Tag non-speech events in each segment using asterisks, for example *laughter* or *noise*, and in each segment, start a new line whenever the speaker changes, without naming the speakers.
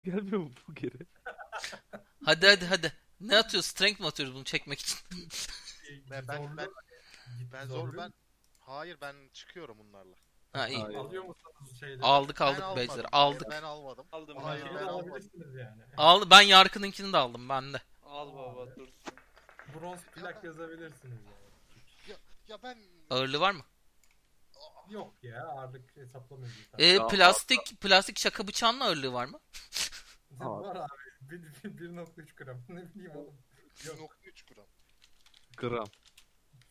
*laughs* Gelmiyor mu bu geri?
Hadi hadi hadi. Ne atıyoruz? Strength mi atıyoruz bunu çekmek için? *laughs*
Ben ben ben, ben zor
zorlu
ben hayır ben çıkıyorum bunlarla.
Ha iyi.
Hayır.
Alıyor musunuz şeyleri?
Aldık
ben
aldık
almadım.
Beyzler. Aldık.
Ben almadım.
Aldım
Aa, hayır,
Şeyi
ya.
ben
de
almadım.
alabilirsiniz yani.
Aldı. Ben Yarkın'ınkini de aldım ben de.
Al baba dursun.
Bronz plak yazabilirsiniz yani.
Ya ben
Ağırlığı var mı?
Yok ya ağırlık hesaplamıyoruz. zaten.
Ee,
Tamam.
plastik plastik şaka bıçağının ağırlığı var mı?
Var abi. *laughs* bir- bir- 1.3 gram. Ne bileyim oğlum. Yok.
1.3 gram.
Gram.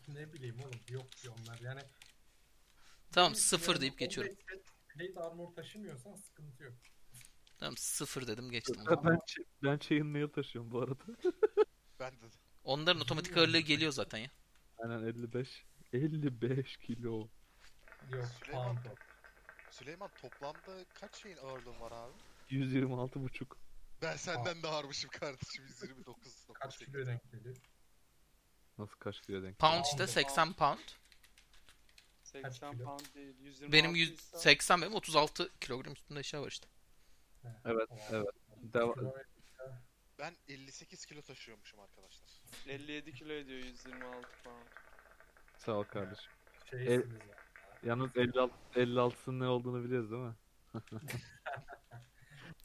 Ne bileyim oğlum. Yok ki onlar. Yani
Tamam
Yani
sıfır deyip
15
geçiyorum.
set Plate armor taşımıyorsan sıkıntı yok.
Tamam sıfır dedim geçtim. onu.
ben, ç- ben chain mail taşıyorum bu arada.
Ben de
Onların otomatik ağırlığı geliyor zaten ya.
Aynen 55. 55 kilo.
Yok.
Süleyman.
Pound yok.
Süleyman toplamda kaç şeyin ağırlığın var abi?
126 buçuk.
Ben senden daha ağırmışım
*laughs*
kardeşim 129.
Kaç kilo denk geliyor?
Nasıl kaç kilo denk?
Pound işte 80 pound.
80
kilo?
pound değil. 120
Benim 180 benim 36 kilogram üstünde eşya var işte.
Evet, evet. Deva-
Ben 58 kilo taşıyormuşum arkadaşlar.
57 kilo ediyor 126 pound.
Sağ ol kardeşim.
Şeysiniz ya.
Yalnız 56 56'sının ne olduğunu biliyoruz değil mi?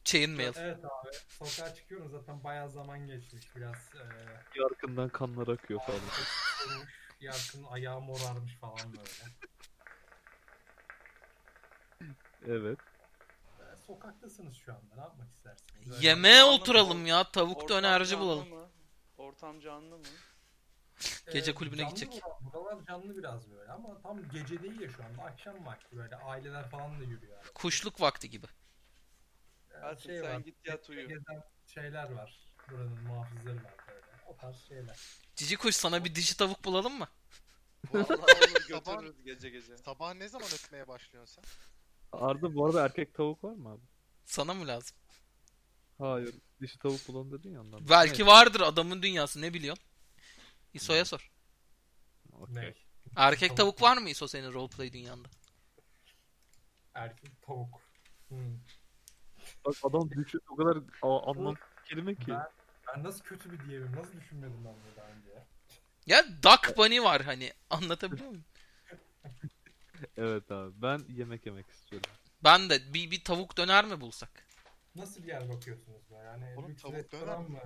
Chainmail.
Evet abi. Sokağa çıkıyorum zaten bayağı zaman geçmiş. Biraz e, eee
Yarkından kanlar akıyor falan.
kurumuş. Yarkın ayağı morarmış falan böyle.
Evet.
Ee, Sokaktasınız şu anda. Ne yapmak istersiniz? Böyle-
Yemeğe
Canlı
oturalım
mı?
ya. Tavukta enerji
canlı
bulalım.
Mı? Ortam canlı mı?
Gece
Ee,
kulübüne
canlı
gidecek.
Buralar, buralar canlı biraz böyle ama tam gece değil ya şu anda. Akşam vakti böyle. Aileler falan da yürüyor. Yani.
Kuşluk vakti gibi.
Ee,
Kasım
şey
sen
var,
git yat uyu.
Gezen şeyler var. Buranın muhafızları var böyle. O tarz şeyler.
Cici kuş sana bir dişi tavuk bulalım mı?
Vallahi
Sabah-
olur götürürüz gece gece.
Sabah ne zaman ötmeye başlıyorsun sen?
Arda bu arada erkek tavuk var mı abi?
Sana mı lazım?
Hayır. Dişi tavuk bulan dedin ya ondan.
Belki vardır adamın dünyası ne biliyorsun? İso'ya sor.
Okey.
Ne?
Erkek tavuk var mı İso senin roleplay dünyanda?
Erkek tavuk. Hmm.
Bak adam düşün o kadar a- anlam kelime ki.
Ben, ben nasıl kötü bir diyemim? Nasıl düşünmedim ben bunu daha önce?
Ya Duck Bunny var hani anlatabiliyor muyum?
Evet abi ben yemek yemek istiyorum.
Ben de bir, bir tavuk döner mi bulsak?
Nasıl bir yer bakıyorsunuz be? Yani
Oğlum
lüks
tavuk
restoran
döner mi?
mı?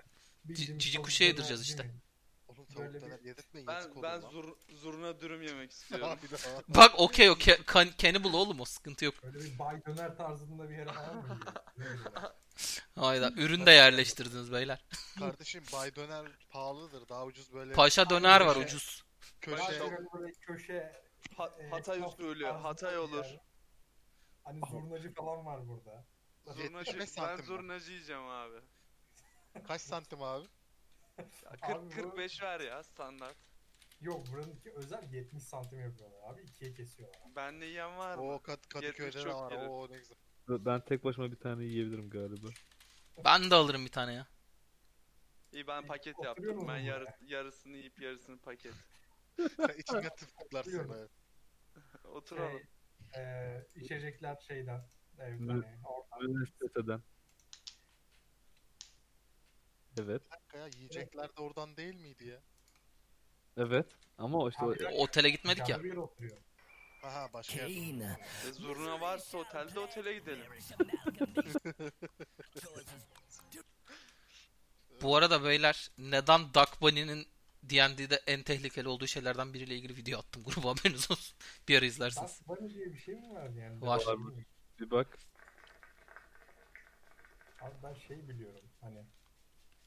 Bildiğimiz
cici
tavuk
kuşa
döner
yedireceğiz işte.
değil mi?
Oğlum
Böyle bir-
tavuk döner yedirtmeyin yazık
Ben
olur
ben
lan.
zur, zurna dürüm yemek
*laughs*
istiyorum.
Harbiden.
Bak okey o ke- kan- cannibal oğlum o sıkıntı yok.
Böyle bir bay döner tarzında bir yere falan
*laughs*
mı gidiyoruz? Ne bileyim.
Hayda ürün de yerleştirdiniz beyler.
Kardeşim bay döner pahalıdır. Daha ucuz böyle
Paşa döner var ucuz.
Bay
köşe
döner böyle köşe
Ha-
e,
Hatay
esnaf
usulü,
tarzında bir
Hatay
yer.
olur.
Hani zurnacı falan var burada.
Zurna
75
şu, şey- ben
santim var.
zurnacı yiyeceğim abi.
kaç santim abi?
Ya
Abi bu-
40 45 ver ya standart.
Yok buranınki özel 70 santim yapıyorlar abi. ikiye kesiyorlar.
Ben de yiyen var mı?
O Kat Kadıköy'de de
çok
var.
gelir.
Oo ne güzel. *laughs*
Ben tek başıma bir tane yiyebilirim galiba.
Ben de alırım bir tane ya.
İyi ben paket
Oturuyor
yaptım.
musun
Ben
buraya?
yarı- yarısını yiyip yarısını paket.
İçine tıftıklar
Biliyorum.
sana.
Oturalım.
Şey, e, içecekler şeyden. Evet,
Evet.
hani oradan.
Üniversiteden. Evet.
Bir dakika ya yiyecekler de oradan değil miydi ya?
Evet. Ama o işte o-
Abi-
Otele gitmedik ya.
Canlı bir yere oturuyor.
Aha başka yer.
Şey-
E, zurna varsa otelde otele gidelim.
Bu arada beyler neden Duck Bunny'nin D&D'de en tehlikeli olduğu şeylerden biriyle ilgili video attım gruba haberiniz olsun. Bir ara izlersiniz.
Dark Bunny diye bir şey mi var yani?
Var.
Ben şey-
bir bak.
Abi ben şey biliyorum hani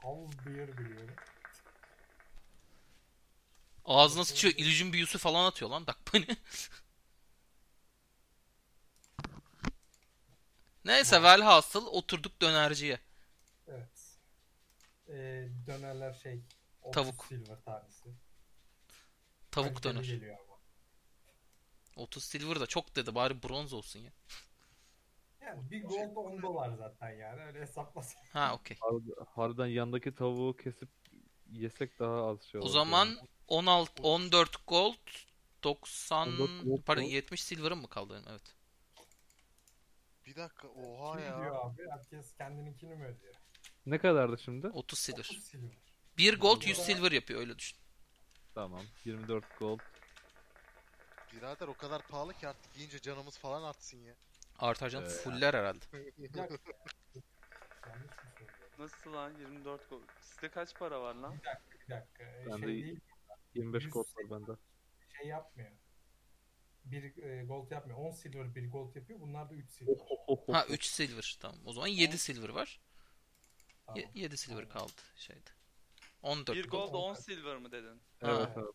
Owl Bear biliyorum.
Ağzına sıçıyor ilücün büyüsü falan atıyor lan Duck Bunny. *laughs* Neyse velhasıl oturduk dönerciye.
Evet. Ee, dönerler şey otuz
Tavuk.
Silver tanesi.
Tavuk
Kaliteli
döner.
Geliyor ama.
30 silver da çok dedi bari bronz olsun ya.
Yani bir gold 10 dolar zaten yani öyle *laughs* hesaplasak.
Ha okey.
Har- Harbiden yandaki tavuğu kesip yesek daha az şey
O
olur.
zaman 16 14 gold 90
14 gold,
pardon
gold.
70 silver'ım mı kaldı benim? Evet.
Bir dakika oha
Kim
ya.
ödüyor abi? Herkes kendininkini mi ödüyor?
Ne kadardı şimdi?
30 silver.
30 silver.
1 gold 100 silver yapıyor öyle düşün.
Tamam. 24 gold.
Birader o kadar pahalı ki artık giyince canımız falan artsın *laughs* ya.
Artar canım
Evet.
fuller herhalde.
Yanlış mı söylüyorum?
Nasıl lan 24 gol? Sizde kaç para var lan?
Bir dakika. e,
Ben
şey
de-
değil,
25
Yüz-
gold var bende.
şey yapmıyor. Bir e, gold yapmıyor. 10 silver bir gold yapıyor. Bunlar da 3 silver.
Ohohoho.
Ha 3 silver tamam. O zaman 7 silver var.
Tamam.
Ye- 7 silver
Aynen.
kaldı şeyde. 14
1
gold.
gold 10 silver mı dedin?
*laughs* Evet
Ha.
abi.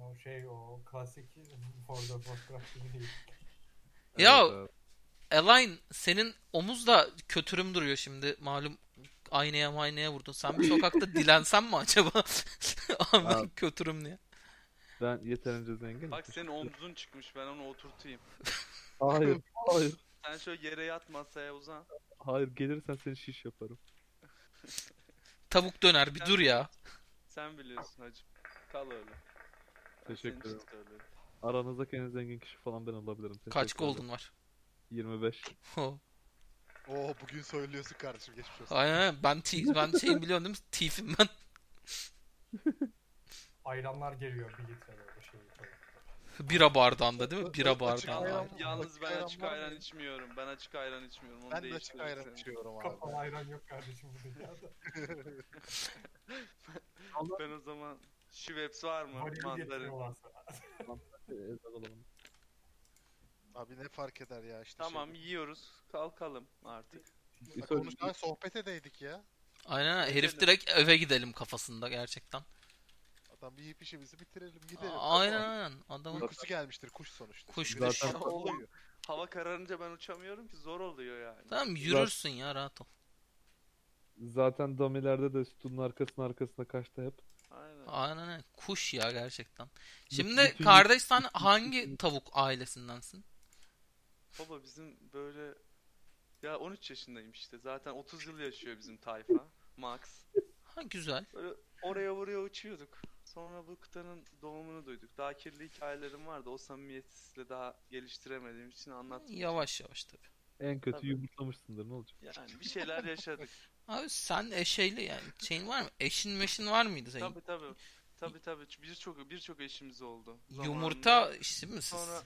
O şey o klasik World of Warcraft gibi değil.
Ya-
Evet abi.
Align senin omuz da kötürüm duruyor şimdi malum aynaya maynaya vurdun. Sen
*laughs*
bir sokakta dilensen mi acaba? *laughs* Aman
Abi.
kötürüm diye.
Ben yeterince zenginim.
Bak senin omzun çıkmış ben onu oturtayım.
Hayır. Hayır.
Sen şöyle yere yat masaya uzan.
Hayır gelirsen seni şiş yaparım.
Tavuk döner bir dur ya.
Sen biliyorsun hacım. Kal öyle. Ben
Teşekkür
senin için
ederim.
söylüyorum.
Aranızdaki en zengin kişi falan ben olabilirim. Seni
Kaç
çok seviyorum.
gold'un var? *laughs* Oh.
25.
Ho.
Oo bugün söylüyorsun kardeşim geçmiş olsun.
Aynen aynen. ben te- ben şeyim biliyorum değil mi? Thief'im ben. *laughs*
Ayranlar geliyor bir litre böyle şey. koyuyor.
Bira bardağında değil mi? Bira
Açık
bardağında.
ayran.
Yalnız, yalnız
Açık
ben
ayran
açık
var mı?
ayran içmiyorum. Ben açık ayran içmiyorum. Onu
Ben de açık
değiştirdim
ayran
senin.
içiyorum abi.
Kapalı ayran yok kardeşim bu dünyada.
Ben o zaman Schweppes var mı?
Varili
şey
Mandarin.
getiriyorlar sana.
Ee, ezan olalım.
Abi ne fark eder ya işte.
Tamam yiyoruz. Kalkalım artık.
Bir
Şey.
söyle-
Konuşan sohbet edeydik ya.
Aynen aynen.
Gidelim.
Herif direkt eve gidelim kafasında gerçekten.
Adam bir yiyip işimizi bitirelim gidelim.
A- Aynen aynen. Adamın
Uykusu gelmiştir kuş sonuçta.
Kuş, şey
Güneş
kuş.
batıyor.
Oğlum. Hava kararınca ben uçamıyorum ki zor oluyor yani.
Tamam yürürsün ya rahat ol.
Zaten damilerde de sütunun arkasına arkasına kaçtı hep.
Aynen.
Aynen aynen. Kuş ya gerçekten. Şimdi
bütün-
kardeş sen hangi tavuk ailesindensin?
Baba bizim böyle ya 13 yaşındayım işte. Zaten 30 yıl yaşıyor bizim tayfa. Max.
Ha güzel.
Böyle oraya buraya uçuyorduk. Sonra bu kıtanın doğumunu duyduk. Daha kirli hikayelerim vardı. O samimiyetsizle daha geliştiremediğim için anlatmayacağım.
Yavaş yavaş tabii.
En kötü
Tabii.
yumurtlamışsındır ne olacak?
Yani bir
*laughs*
şeyler yaşadık.
Abi sen eşeğli yani şeyin var mı? Eşin meşin var mıydı senin?
tabii tabii. Tabii tabii. Birçok birçok eşimiz oldu.
Yumurta
Zamanında.
işi mi siz?
Sonra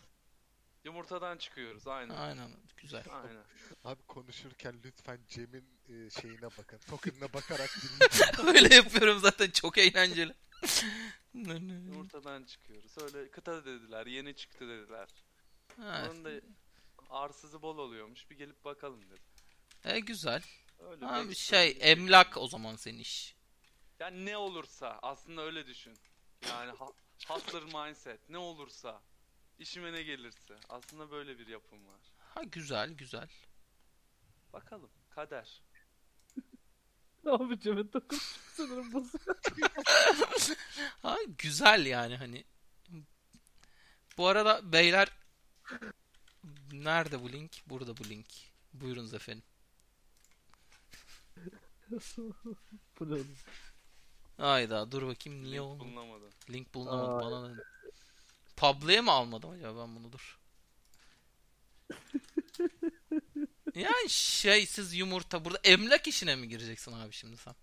yumurtadan çıkıyoruz. Aynen.
Aynen güzel. *laughs*
Aynen.
Abi konuşurken lütfen Cem'in e, şeyine bakın. Token'ına bakarak dinleyin. *laughs*
Öyle yapıyorum zaten çok eğlenceli. *laughs*
Yumurtadan çıkıyoruz. Öyle kıta dediler. Yeni çıktı dediler.
Ha,
Onun da arsızı bol oluyormuş. Bir gelip bakalım dedim.
e, güzel.
Öyle
Ha,
bir
şey
ekstra-
emlak o zaman senin iş.
Yani ne olursa aslında öyle düşün. Yani ha- hustler mindset ne olursa işime ne gelirse aslında böyle bir yapım var.
Ha güzel güzel.
Bakalım kader.
Abi Cem'in takım sanırım basıyor.
Ha güzel yani hani. Bu arada beyler nerede bu link? Burada bu link. Buyurunuz efendim.
*laughs* Bu ne oğlum?
Hayda dur bakayım niye
Link
olmadı?
bulunamadı.
Link bulunamadı
Aa,
bana ne? Pablo'ya mı almadım acaba ben bunu
*laughs*
dur. yani şey siz yumurta burada emlak işine mi gireceksin abi şimdi sen?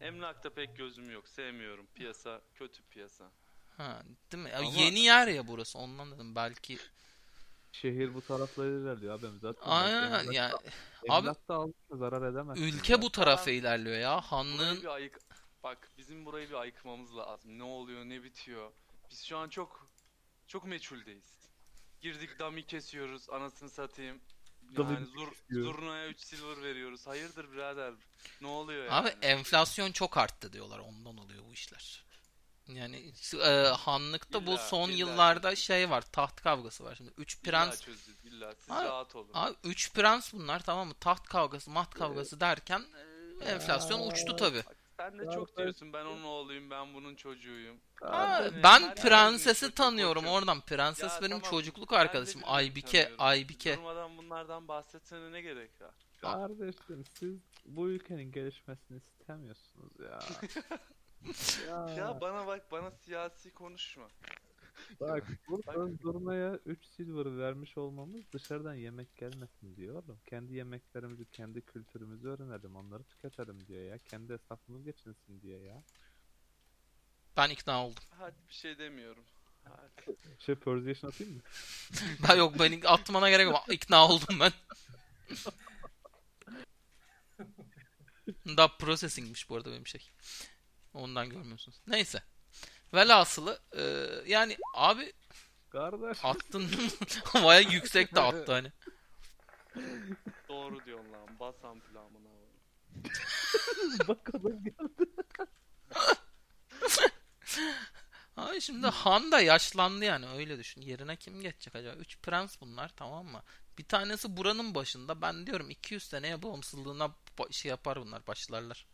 Emlakta pek gözüm yok. Sevmiyorum. Piyasa kötü piyasa.
Ha, değil mi? Ya
Ama-
Yeni yer ya burası ondan dedim belki.
Şehir bu taraflara ilerliyor abi zaten.
Aynen
Emlak-
yani Abi-
Emlak da alınca zarar edemez.
ülke bu tarafa ilerliyor ya.
Burayı
Hanlığın
bir ayık... Bak bizim burayı bir ayıkmamız lazım. Ne oluyor ne bitiyor. Biz şu an çok çok meçhuldeyiz. Girdik dami kesiyoruz anasını satayım.
Dummy
Yani zur,
kesiyor.
zurnaya 3 silver veriyoruz. Hayırdır birader? Ne oluyor yani?
abi e, enflasyon çok arttı diyorlar ondan oluyor bu işler. Yani şu, e, hanlıkta bu
İlla-
son
illa
yıllarda
çözülür.
şey var taht kavgası var şimdi. Üç prens
İlla çözeceğiz illa. Siz
Abi-
rahat olun.
Abi 3 prens bunlar tamam mı? Taht kavgası, maht
Ee,
kavgası derken e, enflasyon uçtu tabi.
Bak, Sen de çok diyorsun ben onun oğluyum ben bunun çocuğuyum. yani
Ben
herkes
prensesi
çocuk,
tanıyorum
çocuk.
oradan. Prenses
Ya
benim
tamam,
çocukluk
ben de
arkadaşım.
birini
Aybike,
tanıyorum.
Aybike.
Durmadan bunlardan bahsetsene ne gerek var?
Kardeşlerim siz bu ülkenin gelişmesini istemiyorsunuz ya.
Ya bana bak bana siyasi konuşma.
Bak bu dondurmaya 3 silver vermiş olmamız dışarıdan yemek gelmesin diyor oğlum. Kendi yemeklerimizi, kendi kültürümüzü öğrenelim, onları tüketelim diyor ya. Kendi esnafımız geçinsin diyor ya.
Ben ikna oldum. *laughs*
Hadi bir şey demiyorum. Hadi.
Şey Persuasion atayım mı?
Ben yok ben atmana gerek yok. İkna oldum
*laughs*
ben. Daha processingmiş bu arada benim şey. Ondan görmüyorsunuz. Neyse. Velhasılı e, yani abi
Kardeş.
attın *laughs* havaya yüksek de attı hani.
Doğru diyorsun lan. Bas ampulü amına koyayım.
Bak adam gel-
Abi şimdi Han da yaşlandı yani öyle düşün. Yerine kim geçecek acaba? Üç prens bunlar tamam mı? Bir tanesi buranın başında. Ben diyorum 200 seneye bağımsızlığına ba- şey yapar bunlar başlarlar.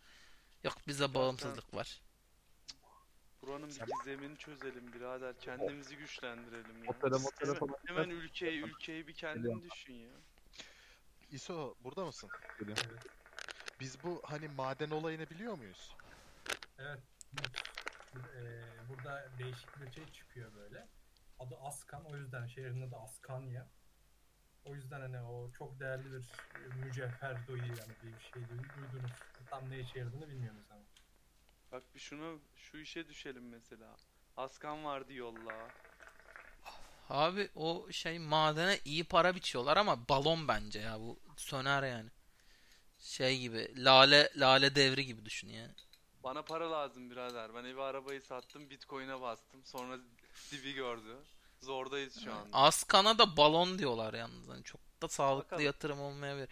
Yok bize bağımsızlık var.
Buranın bir gizemini çözelim birader. Kendimizi güçlendirelim ya.
Otele motele
Hemen-
falan
Hemen ülkeyi ülkeyi bir kendin düşün ya.
İso burada mısın?
Geliyorum.
Biz bu hani maden olayını biliyor muyuz?
Evet. Eee, burada değişik bir şey çıkıyor böyle. Adı Askan o yüzden şehrin adı Askanya. O yüzden hani o çok değerli bir mücevher doyu yani diye bir şey du- duydunuz. Tam ne işe yaradığını bilmiyoruz ama.
Bak bir şunu şu işe düşelim mesela. Askan vardı yolla.
Abi o şey madene iyi para biçiyorlar ama balon bence ya bu söner yani. Şey gibi lale lale devri gibi düşün yani.
Bana para lazım birader. Ben evi arabayı sattım, bitcoin'e bastım. Sonra dibi gördü. Zordayız şu anda.
Askan'a da balon diyorlar yalnız hani çok da sağlıklı
Bakalım.
yatırım olmayabilir.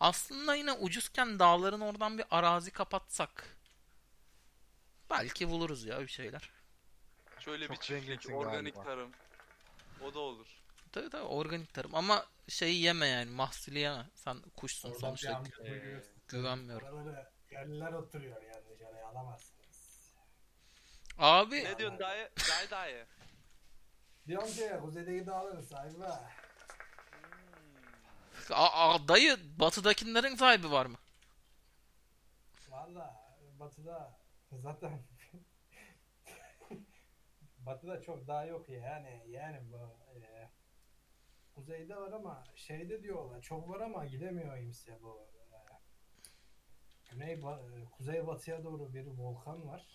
Aslında yine ucuzken dağların oradan bir arazi kapatsak belki buluruz ya bir şeyler.
Şöyle
Çok
bir çiftlik,
zenginsin
organik
galiba.
tarım. O da olur.
Tabii tabii organik tarım ama şeyi yeme yani mahsulü yeme. Sen kuşsun
Oradan bir
sonuçta
amca duyuyoruz.
güvenmiyorum.
Oraları yerliler oturuyor yani dışarıya alamazsınız.
Abi
Ne diyorsun dayı? Dayı dayı.
Diyorum ki kuzeydeki dağların sahibi var.
a- a- dayı batıdakilerin sahibi var mı?
Valla batıda zaten *laughs* batıda çok dağ yok yani yani bu e, kuzeyde var ama şeyde diyorlar çok var ama gidemiyor kimse bu e, güney ba- e, kuzey batıya doğru bir volkan var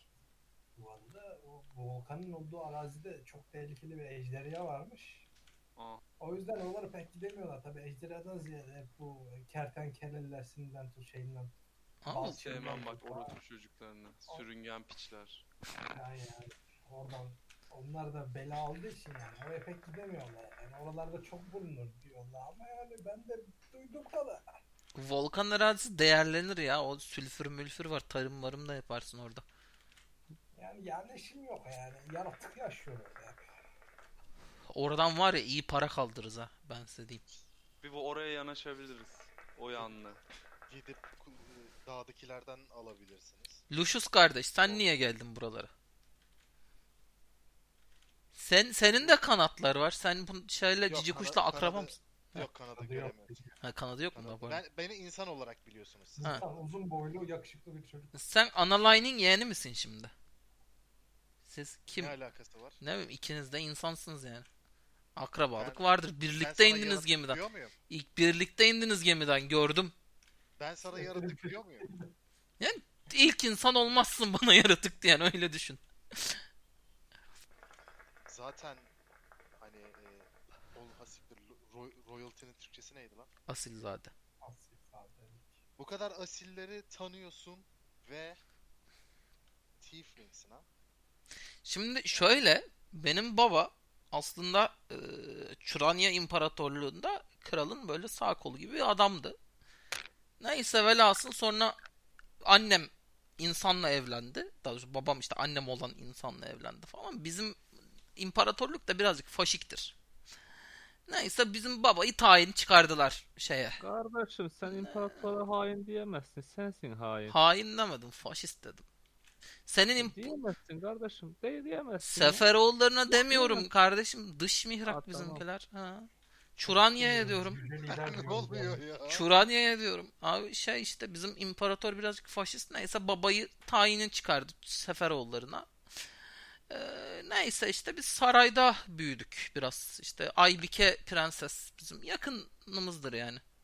bu arada o volkanın olduğu arazide çok tehlikeli bir ejderha varmış
Aa.
o yüzden oralara pek gidemiyorlar tabi ejderhadan ziyade hep bu kertenkelelesinden tut şeyinden
Abi,
Bal-
Sevmem bak orospu çocuklarını. Sürüngen piçler.
Yani yani oradan onlar da bela aldığı için yani oraya pek gidemiyorlar yani oralarda çok bulunur diyorlar ama yani ben de duydum kadar.
volkan arazisi değerlenir ya. O sülfür mülfür var. Tarım varım da yaparsın orada.
Yani yerleşim yok yani yaratık yaşıyor orada. hep.
Oradan var ya iyi para kaldırırız ha. Ben size diyeyim.
Bir bu oraya yanaşabiliriz. O yanlı.
Gidip e, dağdakilerden alabilirsiniz.
Lucius kardeş sen niye geldin buralara? Sen senin de kanatlar var. Sen bu şeyle
Yok,
cici
kana-
kuşla akraba
kanadı-
mısın?
Yok Kanada
Adı
göremiyorum.
Ha, kanadı yok mu?
Kanada-
da bu arada?
Ben, beni insan olarak biliyorsunuz siz.
Ha.
İnsan uzun boylu yakışıklı bir çocuk.
Sen Analine'in yeğeni misin şimdi? Siz kim?
Ne alakası var?
Ne bileyim ikiniz de insansınız yani. Akrabalık
Ben-
vardır.
Ben
Birlikte
sana
indiniz
yarın
gemiden.
tükürüyor muyum?
İlk birlikte indiniz gemiden gördüm.
Ben sana yarın tükürüyor muyum?
İlk insan olmazsın bana yaratık diyen öyle düşün.
Zaten hani e, ol hasiktir lo- roy- royalty'nin Türkçesi neydi lan?
Asilzade.
Asil sadelik.
Bu kadar asilleri tanıyorsun ve tieflingsin ha.
Şimdi şöyle benim baba aslında e, Çuranya İmparatorluğu'nda kralın böyle sağ kolu gibi bir adamdı. Neyse velhasıl sonra annem insanla evlendi. Daha doğrusu babam işte annem olan insanla evlendi falan. Bizim imparatorluk da birazcık faşiktir. Neyse bizim babayı tayin çıkardılar şeye.
Kardeşim sen imparatora hain diyemezsin. Sensin hain.
Hain demedim, faşist dedim. Senin imp-
Diyemezsin kardeşim. Değil diyemezsin. ya.
Seferoğullarına demiyorum kardeşim. Dış mihrak
Ha, tamam.
bizimkiler. Ha. Çuranya'ya diyorum.
Yüce
*laughs*
lider
ne
diyoruz
oluyor
yani.
*laughs* ya?
Çuranya'ya diyorum. Abi şey işte bizim imparator birazcık faşist neyse babayı tayini çıkardı Seferoğullarına. Ee, neyse işte biz sarayda büyüdük biraz. İşte Aybike Prenses bizim yakınımızdır yani.